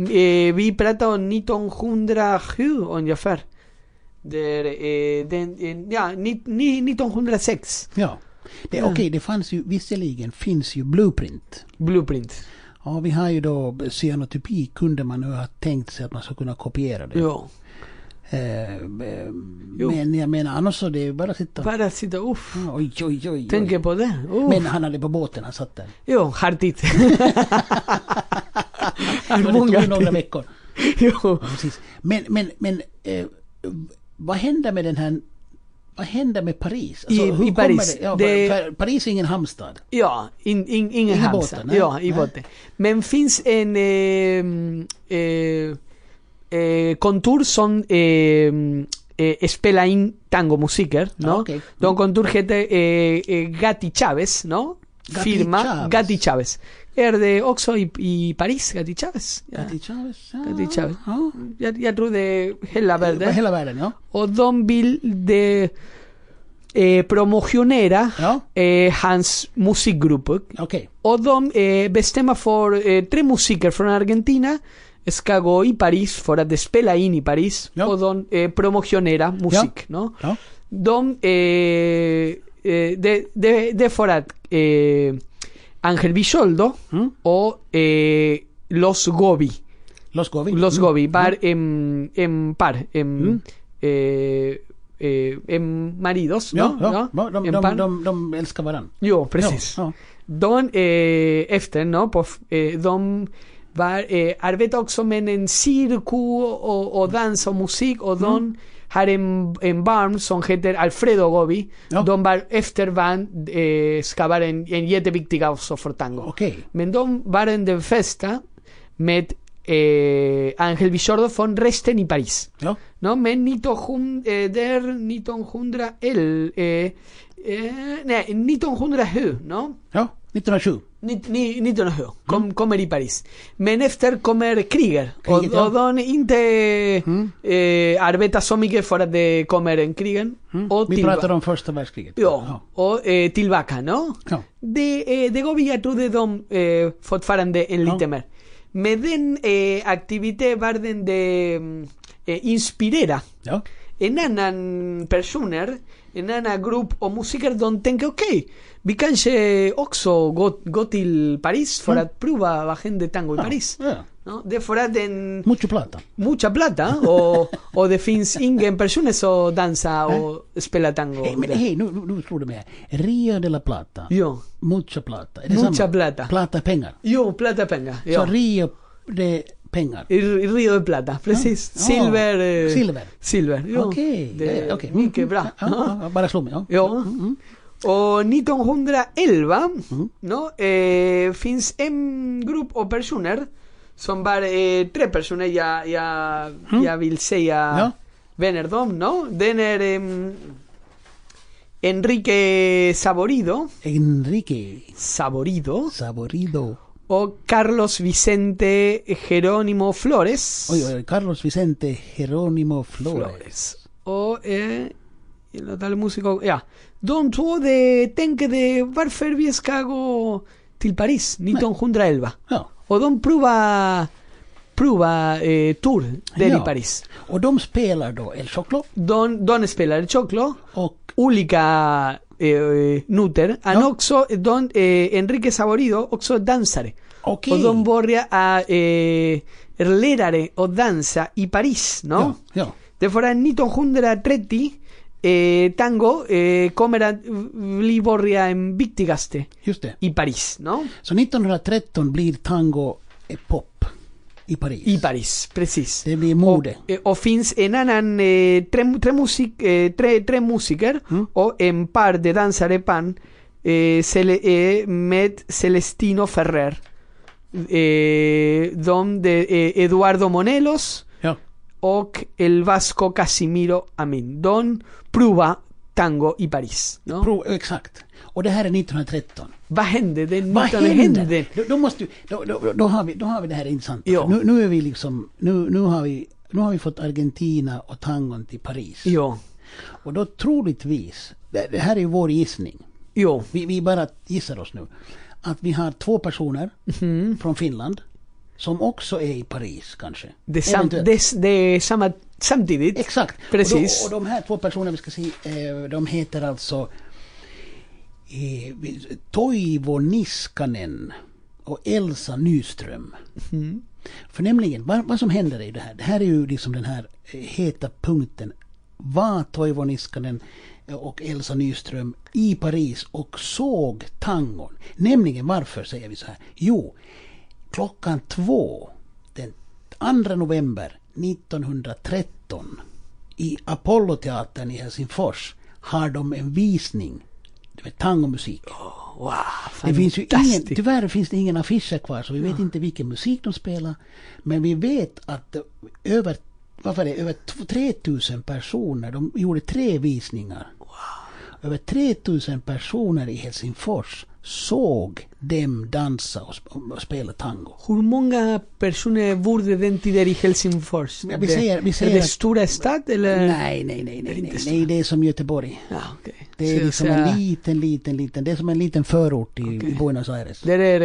[SPEAKER 2] Eh, vi pratar om 1907 ungefär. Där, eh, den, eh, ja, ni, ni, 1906.
[SPEAKER 1] Ja. Det,
[SPEAKER 2] Ja.
[SPEAKER 1] Okej, det fanns ju, visserligen finns ju blueprint.
[SPEAKER 2] Blueprint.
[SPEAKER 1] Ja, vi har ju då cyanotypi, kunde man ju ha tänkt sig att man skulle kunna kopiera det.
[SPEAKER 2] Ja.
[SPEAKER 1] Eh, eh,
[SPEAKER 2] Jo.
[SPEAKER 1] men jag menar, annars så det är ju bara att sitta...
[SPEAKER 2] Bara sitta, uff.
[SPEAKER 1] Ja, Oj, oj, oj. oj.
[SPEAKER 2] Tänk på det. Uff.
[SPEAKER 1] Men han hade på båten, han satt där.
[SPEAKER 2] Jo, hartigt.
[SPEAKER 1] Så det tog ju några veckor.
[SPEAKER 2] jo.
[SPEAKER 1] Ja, Precis. Men, men, men eh, vad händer med den här... Vad händer med Paris? Alltså,
[SPEAKER 2] I- i
[SPEAKER 1] kommer
[SPEAKER 2] Paris.
[SPEAKER 1] Det? Ja,
[SPEAKER 2] Det-
[SPEAKER 1] för- Paris är ingen hamnstad.
[SPEAKER 2] Ja, in, in, in
[SPEAKER 1] I
[SPEAKER 2] Hamza.
[SPEAKER 1] båten, nej?
[SPEAKER 2] Ja, i
[SPEAKER 1] Nej.
[SPEAKER 2] båten. Men finns en eh, mm, eh, eh, kontur som eh, mm, eh, spelar in tangomusiker, no?
[SPEAKER 1] Ah, okej.
[SPEAKER 2] De kontur heter eh, eh, Gatti Chávez, no?
[SPEAKER 1] Gatti
[SPEAKER 2] Firma
[SPEAKER 1] Chávez.
[SPEAKER 2] Gatti Chávez. Är det också i, i Paris, Gatti Chávez? Ja.
[SPEAKER 1] Gatti Chavez. Ja.
[SPEAKER 2] Gatti Chávez.
[SPEAKER 1] Ja.
[SPEAKER 2] Jag, jag tror det är hela
[SPEAKER 1] Över
[SPEAKER 2] världen.
[SPEAKER 1] hela världen, ja.
[SPEAKER 2] Och de vill de, eh, promotionera
[SPEAKER 1] Ja,
[SPEAKER 2] eh, hans musikgrupp.
[SPEAKER 1] okej.
[SPEAKER 2] Och de eh, bestämmer för eh, tre musiker från Argentina ska gå i Paris för att spela in i Paris
[SPEAKER 1] Ja.
[SPEAKER 2] och de eh, promotionera musik. No?
[SPEAKER 1] Ja.
[SPEAKER 2] De, eh, eh, det, det, det är för att eh, Angel Bisoldo
[SPEAKER 1] Mm.
[SPEAKER 2] och eh, Los Gobi,
[SPEAKER 1] Los Gobi.
[SPEAKER 2] Los
[SPEAKER 1] Mm.
[SPEAKER 2] Gobi var en, en par, en,
[SPEAKER 1] Mm.
[SPEAKER 2] eh, eh, en maridos,
[SPEAKER 1] Ja,
[SPEAKER 2] no?
[SPEAKER 1] ja.
[SPEAKER 2] No?
[SPEAKER 1] ja. De,
[SPEAKER 2] en
[SPEAKER 1] de,
[SPEAKER 2] par.
[SPEAKER 1] de, de, de älskar varandra.
[SPEAKER 2] Jo, precis.
[SPEAKER 1] Ja,
[SPEAKER 2] De eh, efter, no? På, f- eh, de var, eh, arbetar också med en cirkus och, och dans och musik och de har en, en barn som heter Alfredo Gobi.
[SPEAKER 1] Ja.
[SPEAKER 2] De var efter van eh, ska vara en, en jätteviktig också för tango.
[SPEAKER 1] ja. Okej.
[SPEAKER 2] Men de var en den festa med eh, Angel Villordo från resten i Paris.
[SPEAKER 1] Ja.
[SPEAKER 2] No, men 1900, eh, där 1900, el, eh, eh, nej, 1907, no?
[SPEAKER 1] ja. 1920.
[SPEAKER 2] Ni, ni, ni te nos veo.
[SPEAKER 1] ¿Mm?
[SPEAKER 2] Com, Comer i París. Men efter kommer kriger. Och,
[SPEAKER 1] Kriget, ja.
[SPEAKER 2] och de inte
[SPEAKER 1] Mm.
[SPEAKER 2] eh, arbetar så mycket för att de kommer en krigen.
[SPEAKER 1] Mm.
[SPEAKER 2] Och
[SPEAKER 1] Vi
[SPEAKER 2] tillba-
[SPEAKER 1] pratar om första världskriget.
[SPEAKER 2] Ja, och eh, tillbaka, no?
[SPEAKER 1] Ja.
[SPEAKER 2] Det, eh, det går via trodde de eh, fortfarande en
[SPEAKER 1] Ja.
[SPEAKER 2] lite mer. Med den eh, aktivitet var den de mm, eh, inspirera
[SPEAKER 1] Ja.
[SPEAKER 2] en annan personer, en annan grupp och musiker de tänker okej, vi kanske också gå, gå till Paris för
[SPEAKER 1] Mm. Ah.
[SPEAKER 2] att prova vad händer tango i Paris.
[SPEAKER 1] Ja. Ja.
[SPEAKER 2] No? Det är för att den
[SPEAKER 1] Mucho plata.
[SPEAKER 2] mucha plata ¿eh? och, och det finns ingen personer som dansar
[SPEAKER 1] Eh?
[SPEAKER 2] och spelar tango.
[SPEAKER 1] Hej, men hej, nu, nu, nu slår du mig här. Rio de la Plata.
[SPEAKER 2] Ja.
[SPEAKER 1] Mucha plata. Är
[SPEAKER 2] Mucha
[SPEAKER 1] samma?
[SPEAKER 2] plata.
[SPEAKER 1] Plata är pengar.
[SPEAKER 2] Jo, plata pengar. Ja.
[SPEAKER 1] Så Rio, det är pengar.
[SPEAKER 2] I, I Rio de Plata, precis.
[SPEAKER 1] Ja.
[SPEAKER 2] Silver. eh,
[SPEAKER 1] Ah. Oh. Silver.
[SPEAKER 2] Silver, ja.
[SPEAKER 1] Okej.
[SPEAKER 2] Det
[SPEAKER 1] ja,
[SPEAKER 2] är
[SPEAKER 1] okej. Mm,
[SPEAKER 2] Mycket bra.
[SPEAKER 1] Ja, ja, ja, bara slå mig. Ja.
[SPEAKER 2] Ja. Och 1911 no, eh, finns en grupp av personer som var eh, tre personer, jag, jag, jag vill säga
[SPEAKER 1] Ja.
[SPEAKER 2] vänner dem, no? Den är em, Enrique Saborido,
[SPEAKER 1] Enrique
[SPEAKER 2] Saborido
[SPEAKER 1] Saborido.
[SPEAKER 2] och Carlos Vicente Jerónimo Flores.
[SPEAKER 1] Oj, oj, oj, Carlos Vicente Jerónimo Flores.
[SPEAKER 2] Flores. Och eh, el otro músico, ja. De två de tänker de varför vi ska gå till Paris 1911.
[SPEAKER 1] Ja.
[SPEAKER 2] Och de prova prova eh, tour där
[SPEAKER 1] ja.
[SPEAKER 2] i Paris.
[SPEAKER 1] Och de spelar då El Choclo
[SPEAKER 2] De, de spelar choclo,
[SPEAKER 1] och
[SPEAKER 2] olika eh, nuter, och
[SPEAKER 1] Ja.
[SPEAKER 2] också de, eh, Enrique Saborido, också dansare.
[SPEAKER 1] Okej.
[SPEAKER 2] Och de börjar att eh, lära sig att dansa i Paris, no?
[SPEAKER 1] Ja, ja.
[SPEAKER 2] Det var 1930 eh, tango eh, kommer att bli borgerliga en viktigaste
[SPEAKER 1] Just det.
[SPEAKER 2] i Paris, no?
[SPEAKER 1] Så 1913 blir tango eh, pop i Paris.
[SPEAKER 2] I Paris, precis.
[SPEAKER 1] Det blir mode.
[SPEAKER 2] Eh, och finns en annan, eh, tre, tre, musik, eh, tre, tre musiker och en par de dansare pan eh, cele, eh, med Celestino Ferrer. Eh, de, de, eh, Eduardo Monelos
[SPEAKER 1] Ja.
[SPEAKER 2] och El Vasco Casimiro Amin. Don Prueba, Tango i Paris. No?
[SPEAKER 1] Pro, exakt. Och det här är 1913.
[SPEAKER 2] Vad hände den
[SPEAKER 1] Vad
[SPEAKER 2] 19
[SPEAKER 1] händer?
[SPEAKER 2] hände?
[SPEAKER 1] Då, då, måste, då, då, då, har vi, då har vi det här intressanta.
[SPEAKER 2] Ja.
[SPEAKER 1] Nu, nu är vi liksom, nu, nu, har vi, nu har vi fått Argentina och tangon till Paris.
[SPEAKER 2] Jo,
[SPEAKER 1] Och då troligtvis, det, det här är ju vår gissning.
[SPEAKER 2] jo,
[SPEAKER 1] Vi, vi bara gissar oss nu. Att vi har två personer
[SPEAKER 2] Mhm.
[SPEAKER 1] från Finland som också är i Paris kanske.
[SPEAKER 2] det är sam,
[SPEAKER 1] Eventuellt.
[SPEAKER 2] det, är- det är samma samtidigt.
[SPEAKER 1] Exakt.
[SPEAKER 2] Precis.
[SPEAKER 1] Och, då, och de här två personerna vi ska se, eh, de heter alltså eh, Toivo Niskanen och Elsa Nyström.
[SPEAKER 2] Mm.
[SPEAKER 1] För nämligen, vad, vad som händer är ju det här. Det här är ju liksom den här eh, heta punkten. Var Toivo Niskanen eh, och Elsa Nyström i Paris och såg tangon. Nämligen varför säger vi så här? Jo, klockan två den 2 november 1913 i Apolloteatern i Helsingfors har de en visning med tangomusik.
[SPEAKER 2] Wow,
[SPEAKER 1] Det finns ju ingen,
[SPEAKER 2] fantastiskt.
[SPEAKER 1] tyvärr finns det ingen affischer kvar så vi vet inte vilken musik de spelar. Men vi vet att eh, över, vad var det, över t- 3000 personer, de gjorde tre visningar. Över 3000 personer i Helsingfors såg dem dansa och sp- och spela tango.
[SPEAKER 2] Hur många personer borde den tiden i Helsingfors?
[SPEAKER 1] Ja, vi säger- vi
[SPEAKER 2] är
[SPEAKER 1] säger
[SPEAKER 2] det
[SPEAKER 1] att-
[SPEAKER 2] stora stad eller?
[SPEAKER 1] Nej, nej, nej, nej,
[SPEAKER 2] Eh, inte
[SPEAKER 1] nej,
[SPEAKER 2] så.
[SPEAKER 1] nej, det är som Göteborg.
[SPEAKER 2] Ja, okej.
[SPEAKER 1] Det är
[SPEAKER 2] Så-
[SPEAKER 1] liksom
[SPEAKER 2] så-
[SPEAKER 1] en liten, liten, liten, det är som en liten förort i, i
[SPEAKER 2] Okej.
[SPEAKER 1] Buenos Aires.
[SPEAKER 2] Där är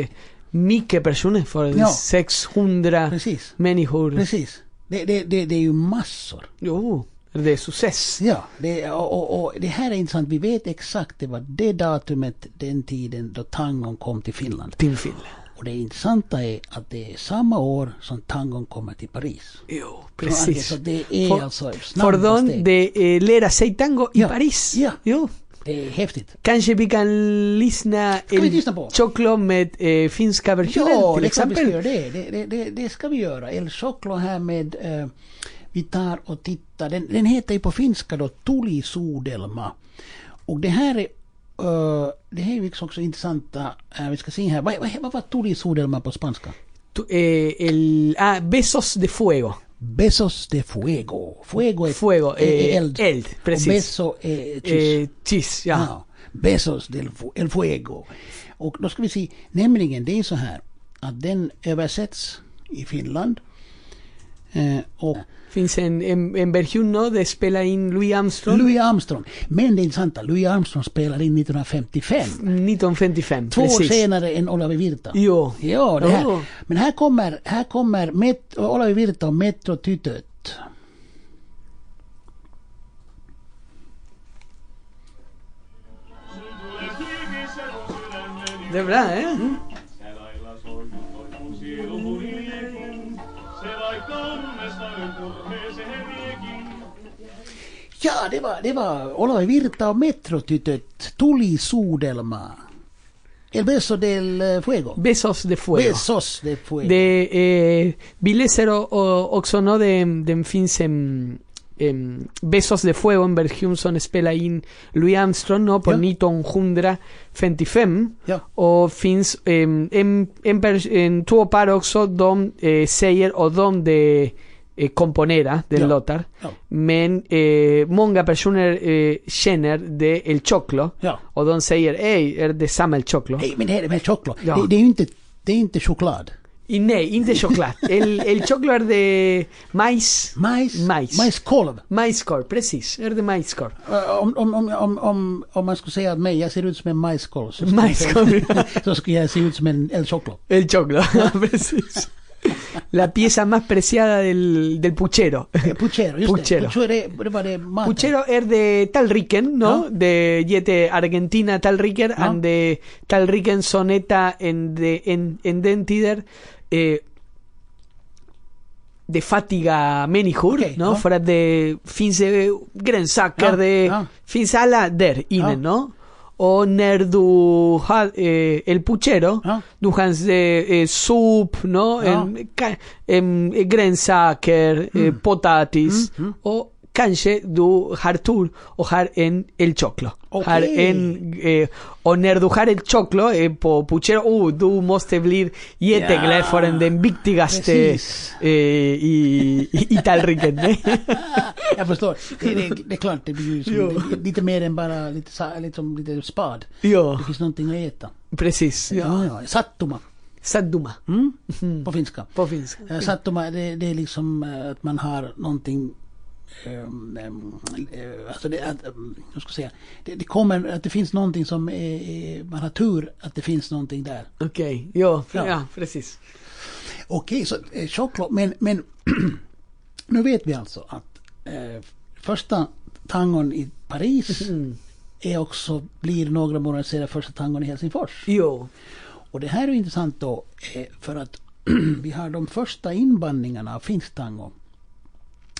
[SPEAKER 2] eh, mycket personer, för
[SPEAKER 1] Ja.
[SPEAKER 2] 600
[SPEAKER 1] Precis,
[SPEAKER 2] människor.
[SPEAKER 1] precis. Det, det, det, det är ju massor.
[SPEAKER 2] Jo, det är success.
[SPEAKER 1] Ja, det, och, och, och det här är intressant. Vi vet exakt det var det datumet, den tiden då tangon kom till Finland.
[SPEAKER 2] Till Finland.
[SPEAKER 1] Och det intressanta är att det är samma år som tangon kommer till Paris.
[SPEAKER 2] Jo,
[SPEAKER 1] Precis.
[SPEAKER 2] precis.
[SPEAKER 1] Så det är
[SPEAKER 2] For-
[SPEAKER 1] alltså
[SPEAKER 2] För
[SPEAKER 1] snabba
[SPEAKER 2] de
[SPEAKER 1] steg. Det...
[SPEAKER 2] de eh, lära sig tango i
[SPEAKER 1] Ja,
[SPEAKER 2] Paris.
[SPEAKER 1] ja.
[SPEAKER 2] Jo.
[SPEAKER 1] är häftigt.
[SPEAKER 2] Kanske vi kan lyssna
[SPEAKER 1] vi lyssna på?
[SPEAKER 2] Choclo med eh, finska versioner
[SPEAKER 1] Ja,
[SPEAKER 2] till
[SPEAKER 1] det ska vi
[SPEAKER 2] exempel.
[SPEAKER 1] göra det. Det, det, det. det ska vi göra. El Choclo här med eh, Vi tar och tittar. Den, den heter ju på finska då Tuli Sudelma. Och det här är eh, det här är ju också intressanta, eh, vi ska se här, vad, vad, vad var Tuli Sudelma på spanska?
[SPEAKER 2] Tu- eh, el, ah, besos de fuego.
[SPEAKER 1] Besos de fuego. Fuego är,
[SPEAKER 2] Fuego,
[SPEAKER 1] är- är
[SPEAKER 2] eh,
[SPEAKER 1] eld.
[SPEAKER 2] eld,
[SPEAKER 1] Och
[SPEAKER 2] precis.
[SPEAKER 1] beso är kyss.
[SPEAKER 2] Eh, chis, ja.
[SPEAKER 1] Ja. Besos del fu- el fuego. Och då ska vi se, nämligen det är så här att den översätts i Finland. Eh, och
[SPEAKER 2] Finns en, en, en version ¿no? de spela in Louis Armstrong.
[SPEAKER 1] Louis Armstrong. Men det intressanta, Louis Armstrong spelade in 1955.
[SPEAKER 2] 1955.
[SPEAKER 1] Två år
[SPEAKER 2] precis.
[SPEAKER 1] senare än Olavi Virta.
[SPEAKER 2] Jo.
[SPEAKER 1] Ja, det
[SPEAKER 2] Ja.
[SPEAKER 1] här. Men här kommer, här kommer Met- Olavi Virta och Metrotytöt.
[SPEAKER 2] De verdad, ¿eh?
[SPEAKER 4] Se lailla soinnut on sielu hurjekin. Se vaikka onnestainen turpeeseen viekin.
[SPEAKER 1] Ja, det var, det var Olavi Virta och Metrotytöt. Tuli Sudelma. El beso del eh, fuego.
[SPEAKER 2] Besos de fuego.
[SPEAKER 1] Besos del fuego.
[SPEAKER 2] De eh, Vilesero o Oxono de, de Fins en, en Besos de Fuego en Berghuson Spela in Louis Armstrong, ¿no? Por
[SPEAKER 1] Ja.
[SPEAKER 2] Niton Hundra Fentifem.
[SPEAKER 1] Ja.
[SPEAKER 2] O Fins em, en, en, per- en Tuo Paroxo Dom eh, Seyer o Dom de eh, Componera del
[SPEAKER 1] Ja.
[SPEAKER 2] Lotar.
[SPEAKER 1] Ja.
[SPEAKER 2] Men eh, Monga Personer eh, Jenner de El Choclo.
[SPEAKER 1] ja.
[SPEAKER 2] O Don Seyer, ey, er de Sam El Choclo.
[SPEAKER 1] Nej, men det här är med choklad.
[SPEAKER 2] Ja.
[SPEAKER 1] Det, det är ju inte, det är inte choklad.
[SPEAKER 2] Y ne, in de chocolate. El, el chocolate es de maíz.
[SPEAKER 1] Majs,
[SPEAKER 2] Majs.
[SPEAKER 1] majskolv.
[SPEAKER 2] Maízcor, precis. Es de maízcor.
[SPEAKER 1] Eh, Om, om, om, om, om, om man skulle säga att mig, jag ser ut som en majskolv. så skulle-
[SPEAKER 2] Maízcor.
[SPEAKER 1] så skulle jag se ut som en El Choclo.
[SPEAKER 2] El chocolate, precis. La pieza más preciada del, del puchero.
[SPEAKER 1] Eh, Puchero, just
[SPEAKER 2] Puchero.
[SPEAKER 1] det. Puchero, det, det var det maten.
[SPEAKER 2] Puchero es de Tal Riquen, ¿no?
[SPEAKER 1] Ah.
[SPEAKER 2] De Yete Argentina Tal Riquen,
[SPEAKER 1] Ah.
[SPEAKER 2] and de Tal Riquen Soneta en, de, en, en Dentider. eh, de Fatiga Menihur,
[SPEAKER 1] Ok,
[SPEAKER 2] ¿no?
[SPEAKER 1] ah.
[SPEAKER 2] Fuera de Fins de Grensacker,
[SPEAKER 1] Ah,
[SPEAKER 2] de
[SPEAKER 1] ah.
[SPEAKER 2] Fins Ala Der Inen,
[SPEAKER 1] Ah.
[SPEAKER 2] ¿no? O Nerdu ha- eh, El Puchero,
[SPEAKER 1] Ah.
[SPEAKER 2] Dujans de eh, Soup, ¿no?
[SPEAKER 1] Ah.
[SPEAKER 2] En- ca- em, eh, grensaker, eh,
[SPEAKER 1] Mm.
[SPEAKER 2] potatis o canje du hartur o har en el choclo.
[SPEAKER 1] Ok.
[SPEAKER 2] Har en eh, o nerdujar el choclo eh, po puchero uh, du måste blir jätteglad
[SPEAKER 1] Ja.
[SPEAKER 2] för en den viktigaste
[SPEAKER 1] Precis.
[SPEAKER 2] eh, i, i, eh. i tallriken.
[SPEAKER 1] Ah, Jag förstår. Det, det, det är klart, det blir ju som, lite mer än bara lite, sa- liksom, lite spad.
[SPEAKER 2] ja,
[SPEAKER 1] Det finns någonting att äta.
[SPEAKER 2] precis. Ja. Mm.
[SPEAKER 1] Ja, Mm. ja. Sattuma
[SPEAKER 2] Sadduma
[SPEAKER 1] på finska.
[SPEAKER 2] på finska.
[SPEAKER 1] Eh, Sattuma, det, det är liksom eh, att man har någonting ehm, ehm, eh, Alltså det, att, ehm, hur ska jag säga, det, det kommer att det finns någonting som är, är, man har tur att det finns någonting där.
[SPEAKER 2] Okej, ja,
[SPEAKER 1] Ja.
[SPEAKER 2] ja, precis.
[SPEAKER 1] Okej, så eh, choklad. Men, men nu vet vi alltså att eh, första tangon i Paris är också, blir några månader senare första tangon i Helsingfors.
[SPEAKER 2] Jo,
[SPEAKER 1] Och det här är intressant då eh, för att vi har de första inbandningarna av finsk tango.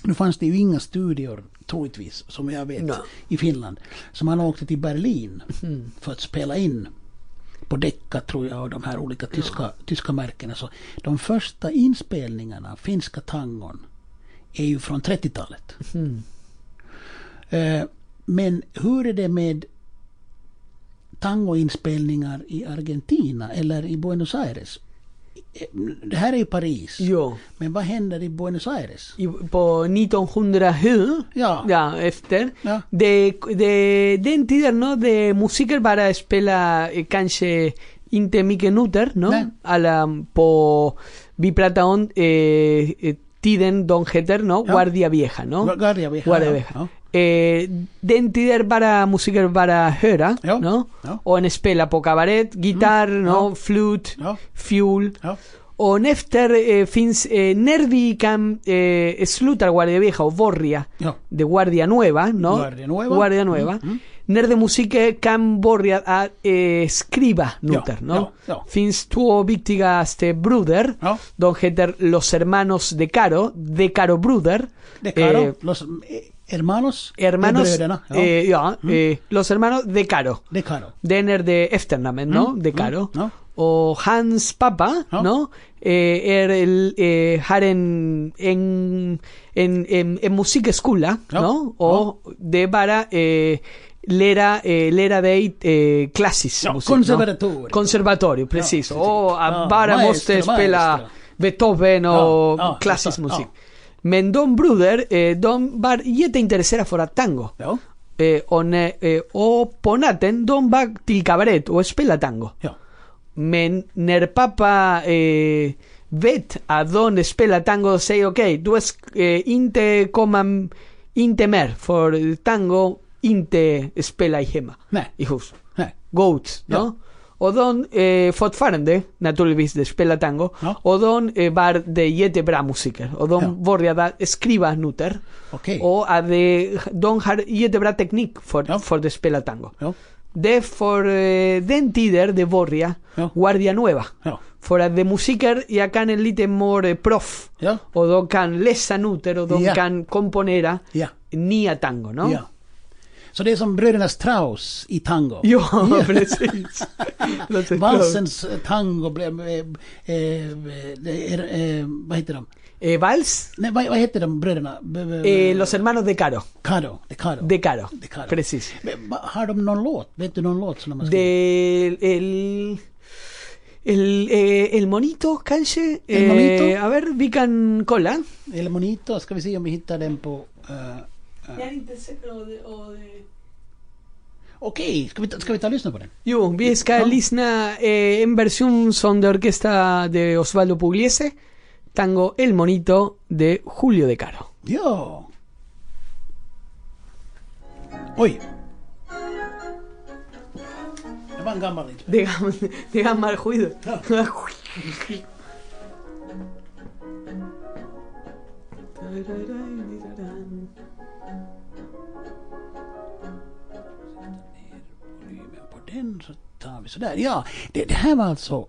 [SPEAKER 1] Nu fanns det ju inga studior, troligtvis, som jag vet,
[SPEAKER 2] No.
[SPEAKER 1] i Finland. Så man åkte till Berlin för att spela in på Decca tror jag och de här olika tyska, tyska märkena. Så de första inspelningarna av finska tangon är ju från 30-talet. Eh, Men hur är det med tangoinspelningar i Argentina eller i Buenos Aires? Eh, Det här är ju Paris.
[SPEAKER 2] jo.
[SPEAKER 1] Men vad händer i Buenos Aires?
[SPEAKER 2] Y på 1907,
[SPEAKER 1] Ja.
[SPEAKER 2] ja, efter,
[SPEAKER 1] Ja.
[SPEAKER 2] de, de, den tiden no, de musiker bara spela eh, kanske inte mycket noter, no?
[SPEAKER 1] Nej.
[SPEAKER 2] Alla, på, vi pratade om eh, eh, tiden de heter, no?
[SPEAKER 1] Ja.
[SPEAKER 2] Guardia vieja, no?
[SPEAKER 1] Gu- Guardia Vieja,
[SPEAKER 2] Guardia
[SPEAKER 1] ja,
[SPEAKER 2] vieja.
[SPEAKER 1] ja.
[SPEAKER 2] Eh, den tiden bara musiker bara höra,
[SPEAKER 1] Ja,
[SPEAKER 2] no?
[SPEAKER 1] ja.
[SPEAKER 2] Och en spela på cabaret, gitarr,
[SPEAKER 1] Mm,
[SPEAKER 2] no? Flut,
[SPEAKER 1] Ja.
[SPEAKER 2] fiol.
[SPEAKER 1] Ja.
[SPEAKER 2] O Nefter eh, fins eh, Nervi cam eh, slutar Guardia Vieja o Borria
[SPEAKER 1] Ja.
[SPEAKER 2] de Guardia Nueva, ¿no?
[SPEAKER 1] Guardia Nueva. Mm,
[SPEAKER 2] Guardia Nueva. Nerd de Musique cam Borria a eh, Escriba Nutter,
[SPEAKER 1] Ja,
[SPEAKER 2] ¿no?
[SPEAKER 1] ja, ja.
[SPEAKER 2] Fins tuo victigaste Bruder,
[SPEAKER 1] Ja.
[SPEAKER 2] Don Heter los hermanos de Caro, de Caro Bruder.
[SPEAKER 1] De Caro,
[SPEAKER 2] eh,
[SPEAKER 1] Los eh, Hermanos,
[SPEAKER 2] hermanos,
[SPEAKER 1] de Mm. bröderna. Ja.
[SPEAKER 2] eh, ja, eh, los hermanos de Caro.
[SPEAKER 1] de Caro.
[SPEAKER 2] Denner de Efternamen, Mm, ¿no? De Caro.
[SPEAKER 1] ja.
[SPEAKER 2] O Hans Papa,
[SPEAKER 1] Ja.
[SPEAKER 2] ¿no? Eh, er el, eh, har en, en, en, en, en musikskola,
[SPEAKER 1] Ja.
[SPEAKER 2] ¿no? O de bara eh, lera, eh, lera de eh, classis.
[SPEAKER 1] Ja,
[SPEAKER 2] musik, no?
[SPEAKER 1] konservatorium.
[SPEAKER 2] Conservatorio, precis.
[SPEAKER 1] precis.
[SPEAKER 2] O a
[SPEAKER 1] Ja,
[SPEAKER 2] bara
[SPEAKER 1] maestro,
[SPEAKER 2] måste spela
[SPEAKER 1] maestro.
[SPEAKER 2] Beethoven o
[SPEAKER 1] Ja, ja,
[SPEAKER 2] klassisk
[SPEAKER 1] ja.
[SPEAKER 2] musik. Men de Bruder, eh, de var jätteintresserade för att este tango.
[SPEAKER 1] Ja.
[SPEAKER 2] eh, one, eh, oponaten donbak tilkabret o espelatango.
[SPEAKER 1] Ja.
[SPEAKER 2] Men när pappa eh, vet att de spelar tango säger okej, du ska eh, inte komma, inte mer, för tango inte spela i hemma,
[SPEAKER 1] Nej.
[SPEAKER 2] i hus.
[SPEAKER 1] Nej.
[SPEAKER 2] Goats, no?
[SPEAKER 1] Ja.
[SPEAKER 2] Och de eh, fortfarande, naturligtvis, de spelar tango.
[SPEAKER 1] Ja.
[SPEAKER 2] Och de eh, var de jättebra musiker. Och de
[SPEAKER 1] Ja.
[SPEAKER 2] började skriva noter.
[SPEAKER 1] Okej.
[SPEAKER 2] Och att de, de har jättebra teknik för,
[SPEAKER 1] Ja.
[SPEAKER 2] för att spela tango.
[SPEAKER 1] Ja.
[SPEAKER 2] Det är för eh, den tiden de började
[SPEAKER 1] Ja.
[SPEAKER 2] Guardia Nueva.
[SPEAKER 1] Ja.
[SPEAKER 2] För att de musiker, jag kan en lite mer eh, proff.
[SPEAKER 1] Ja.
[SPEAKER 2] Och de kan läsa noter och de
[SPEAKER 1] Ja.
[SPEAKER 2] kan komponera
[SPEAKER 1] Ja.
[SPEAKER 2] nya tango, no?
[SPEAKER 1] Ja. Så det är som bröderna Strauss i tango.
[SPEAKER 2] Ja, precis. Låter klart.
[SPEAKER 1] Valsens eh, tango blev... Eh, eh, det är, eh, vad heter de?
[SPEAKER 2] Eh, vals,
[SPEAKER 1] Nej, vad, vad heter de bröderna? B- b-
[SPEAKER 2] eh, Los Hermanos de Caro.
[SPEAKER 1] Caro. De Caro.
[SPEAKER 2] De Caro.
[SPEAKER 1] De Caro.
[SPEAKER 2] Precis.
[SPEAKER 1] Men, va- Har de någon låt? Vet du någon låt som de har skrivit?
[SPEAKER 2] Del. El. El, eh, el monito, canche.
[SPEAKER 1] El monito.
[SPEAKER 2] a ver, Vican Cola.
[SPEAKER 1] Eller Monito? Ska vi se om vi hittar den på... eh,
[SPEAKER 3] Jag är inte säker. Och det, och det.
[SPEAKER 1] Okej, ska, vi ta- ska vi ta och lyssna på den?
[SPEAKER 2] Yo, vi ska
[SPEAKER 1] Ja.
[SPEAKER 2] lyssna eh, en version som de orquesta de Osvaldo Pugliese. Tango El monito de Julio de Caro.
[SPEAKER 1] Ja! Oj! Det var en gammal inspelning.
[SPEAKER 2] De, gam- de gammal juido.
[SPEAKER 1] Volymen på den så tar vi sådär. Ja, det, det här var alltså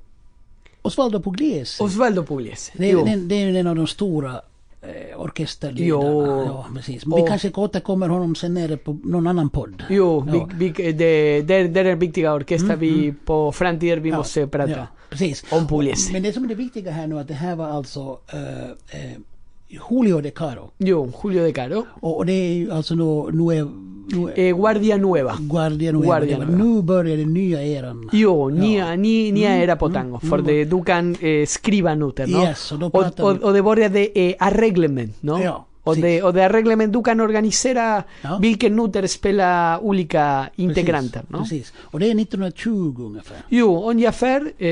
[SPEAKER 1] Osvaldo Pugliese.
[SPEAKER 2] Osvaldo Pugliese.
[SPEAKER 1] det,
[SPEAKER 2] Jo.
[SPEAKER 1] är, den, det är en av de stora eh, orkesterledarna.
[SPEAKER 2] Jo.
[SPEAKER 1] Ja, precis. Men vi
[SPEAKER 2] Och-
[SPEAKER 1] kanske återkommer honom sen nere på någon annan podd.
[SPEAKER 2] Jo,
[SPEAKER 1] Ja.
[SPEAKER 2] vi, vi, det, det, det är en viktig orkestra vi på framtiden vi
[SPEAKER 1] Ja,
[SPEAKER 2] måste prata.
[SPEAKER 1] precis.
[SPEAKER 2] om Pugliese.
[SPEAKER 1] Men det som är det viktiga här nu att det här var alltså eh, eh, Julio De Caro.
[SPEAKER 2] Jo, Julio de Caro.
[SPEAKER 1] Och, och det är ju alltså nu, nu är, nu är
[SPEAKER 2] Eh, Guardia Nueva.
[SPEAKER 1] Guardia Nueva.
[SPEAKER 2] Guardia Nueva.
[SPEAKER 1] Nu börjar den nya eran.
[SPEAKER 2] Jo,
[SPEAKER 1] Ja.
[SPEAKER 2] nia, ni, nia era potango. för det du kan eh, skriva noter, Mm-hmm. no?
[SPEAKER 1] Yes, och då
[SPEAKER 2] och,
[SPEAKER 1] pratar vi-
[SPEAKER 2] och, och det börjar det eh, arreglement, no?
[SPEAKER 1] Ja,
[SPEAKER 2] och, det,
[SPEAKER 1] precis.
[SPEAKER 2] och det arreglement du kan organisera
[SPEAKER 1] Ja.
[SPEAKER 2] vilken noter spelar olika
[SPEAKER 1] Precis,
[SPEAKER 2] integranter, no?
[SPEAKER 1] Precis. Och det är 1920 ungefär.
[SPEAKER 2] Jo, ungefär. Eh,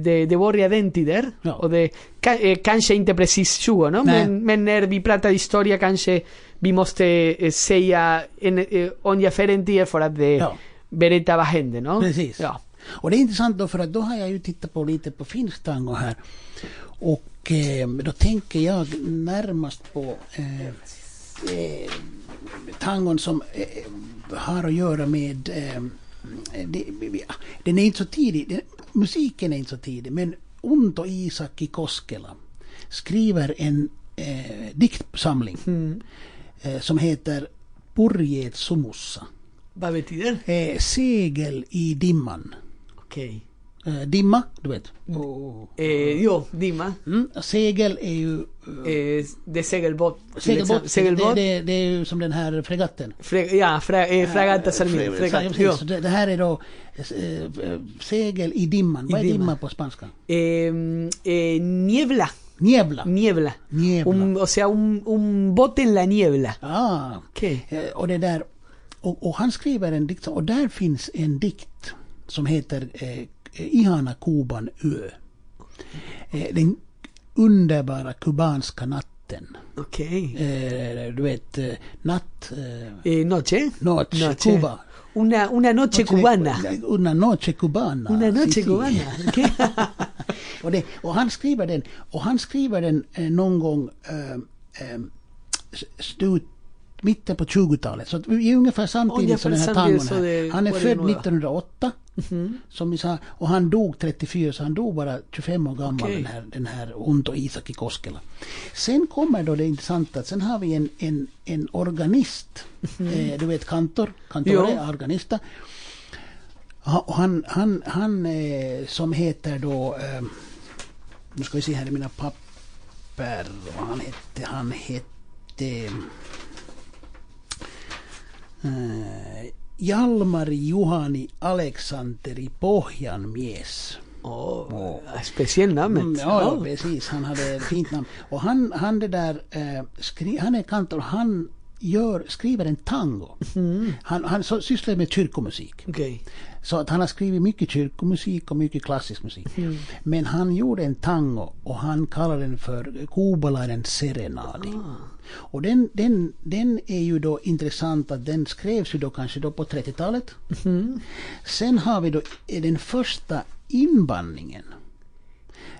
[SPEAKER 2] det, det börjar den tider.
[SPEAKER 1] Ja.
[SPEAKER 2] Och det, ka, eh, kanske inte precis 20, no?
[SPEAKER 1] Nej.
[SPEAKER 2] men, men när vi pratar historia kanske vi måste eh, säga en, eh, ungefär en tid för att det
[SPEAKER 1] Ja.
[SPEAKER 2] berätta vad hände. No?
[SPEAKER 1] Precis.
[SPEAKER 2] Ja.
[SPEAKER 1] Och det är intressant då för att då har jag ju tittat på lite på finsk tango här. Och eh, då tänker jag närmast på eh, eh, tangon som eh, har att göra med... Eh, det, den är inte så tidig, den, musiken är inte så tidig men Unto Isakki Koskela skriver en eh, diktsamling
[SPEAKER 2] Mm.
[SPEAKER 1] eh, som heter Purjeet sumussa.
[SPEAKER 2] Vad betyder?
[SPEAKER 1] Eh, segel i dimman.
[SPEAKER 2] Okej.
[SPEAKER 1] Eh, dimma, du vet. Och-
[SPEAKER 2] Eh, jo, Dima.
[SPEAKER 1] Mm, segel är ju... Eh,
[SPEAKER 2] Eh, det är segelbåt. till
[SPEAKER 1] segelbåt,
[SPEAKER 2] exempel. segelbåt.
[SPEAKER 1] Det, det, det är ju som den här fregatten.
[SPEAKER 2] Fre- ja, fra,
[SPEAKER 1] Ah,
[SPEAKER 2] eh, fragata Sarmina.
[SPEAKER 1] Ja,
[SPEAKER 2] Fragata.
[SPEAKER 1] precis.
[SPEAKER 2] Jo.
[SPEAKER 1] Så det, det här är då eh, eh, segel i dimman.
[SPEAKER 2] I
[SPEAKER 1] Vad är dimma.
[SPEAKER 2] dimma
[SPEAKER 1] på spanska?
[SPEAKER 2] Eh, eh, niebla.
[SPEAKER 1] Niebla.
[SPEAKER 2] Niebla.
[SPEAKER 1] Niebla.
[SPEAKER 2] Un- o sea, un, un bote en la niebla.
[SPEAKER 1] ah.
[SPEAKER 2] Okej.
[SPEAKER 1] Eh, och det där... Och, och han skriver en dikt och där finns en dikt som heter eh, Ihana Kuban ö. Eh, den underbara kubanska natten.
[SPEAKER 2] Okej.
[SPEAKER 1] eh, du vet, eh, natt... Eh,
[SPEAKER 2] Eh, noche.
[SPEAKER 1] Noche, Cuba.
[SPEAKER 2] Una, una noche cubana.
[SPEAKER 1] Una noche cubana.
[SPEAKER 2] Una noche
[SPEAKER 1] Sí, sí.
[SPEAKER 2] cubana. Okej.
[SPEAKER 1] Och, det, och han skriver den, och han skriver den eh, någon gång eh, eh, s- slut, mitten på 20-talet. Så att vi är ungefär samtidigt
[SPEAKER 2] Ungefär
[SPEAKER 1] som den här tangon
[SPEAKER 2] samtidigt som
[SPEAKER 1] här.
[SPEAKER 2] det
[SPEAKER 1] Han är
[SPEAKER 2] var
[SPEAKER 1] född
[SPEAKER 2] det nya.
[SPEAKER 1] 1908.
[SPEAKER 2] Mhm.
[SPEAKER 1] Som vi sa, och han dog 34 så han dog bara 25 år gammal
[SPEAKER 2] Okej.
[SPEAKER 1] den här, den här Unto Isaki Koskela. Sen kommer då det intressanta, att sen har vi en, en, en organist.
[SPEAKER 2] Mhm.
[SPEAKER 1] Eh, du vet kantor, kantore,
[SPEAKER 2] Jo.
[SPEAKER 1] organista. Ha- och Han, han, han eh, som heter då, eh, nu ska vi se här i mina papper, vad han hette, han hette eh, Jalmari Juhani Aleksanteri Pohjanmies.
[SPEAKER 2] Oh, speciell namn.
[SPEAKER 1] Mm, ja, ja, precis. Han hade ett fint namn. Och han, han det där, eh, skri, han är kantor, han gör, skriver en tango.
[SPEAKER 2] Mm.
[SPEAKER 1] Han, han så, sysslar med kyrkomusik.
[SPEAKER 2] Okej.
[SPEAKER 1] Så att han har skrivit mycket kyrkomusik och mycket klassisk musik.
[SPEAKER 2] Mm.
[SPEAKER 1] Men han gjorde en tango och han kallar den för Kubalaren Serenadi. Och den, den, den är ju då intressant att den skrevs ju då kanske då på 30-talet.
[SPEAKER 2] Mm.
[SPEAKER 1] Sen har vi då den första inbandningen.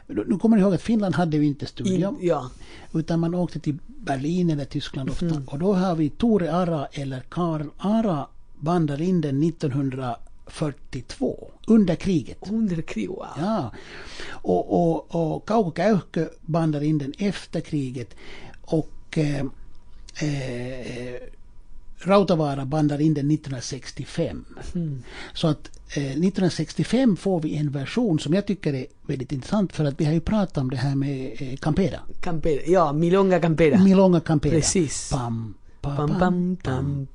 [SPEAKER 1] Nu nu kommer ni ihåg att Finland hade ju inte studion.
[SPEAKER 2] In- Ja.
[SPEAKER 1] Utan man åkte till Berlin eller Tyskland ofta. Och då har vi Tore Ara eller Karl Ara bandar in den 1942. Under kriget.
[SPEAKER 2] Under krig, wow.
[SPEAKER 1] Ja. Och, och, och Kauko Käyhkö bandar in den efter kriget. Och eh, eh, Rautavaara bandar in den 1965. Så att eh, 1965 får vi en version som jag tycker är väldigt intressant för att vi har ju pratat om det här med eh, Campera.
[SPEAKER 2] Campera. Ja, Milonga Campera.
[SPEAKER 1] Milonga Campera.
[SPEAKER 2] Precis.
[SPEAKER 1] Pam, pa,
[SPEAKER 2] Pam,
[SPEAKER 1] pam, pam,
[SPEAKER 2] pam,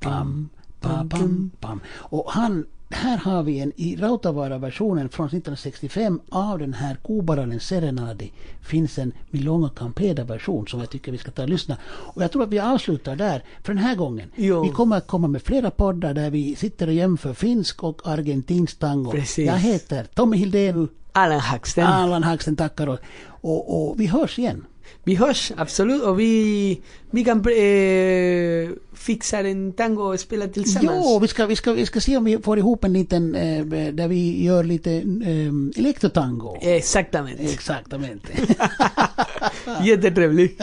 [SPEAKER 1] pam, pam,
[SPEAKER 2] pam,
[SPEAKER 1] pam,
[SPEAKER 2] pam.
[SPEAKER 1] pam, Och han, här har vi en i Rautavaara-versionen från 1965 av den här Kubaralen Serenadi finns en Milonga Campeda-version som jag tycker vi ska ta och lyssna. Och jag tror att vi avslutar där för den här gången.
[SPEAKER 2] Jo.
[SPEAKER 1] Vi kommer att komma med flera poddar där vi sitter och jämför finsk och argentinsk tango.
[SPEAKER 2] Precis.
[SPEAKER 1] Jag heter Tommy Hildén,
[SPEAKER 2] Alan Haxton.
[SPEAKER 1] Allan Haxen tackar och, och, och vi hörs igen.
[SPEAKER 2] Vi hörs, absolut. Och vi, vi kan eh, fixa en tango och spela tillsammans.
[SPEAKER 1] Jo, vi ska, vi, ska, vi ska se om vi får ihop en liten, eh, där vi gör lite eh,
[SPEAKER 2] Eh.
[SPEAKER 1] elektrotango.
[SPEAKER 2] Exactamente.
[SPEAKER 1] Exaktamente.
[SPEAKER 2] Jättetrevligt.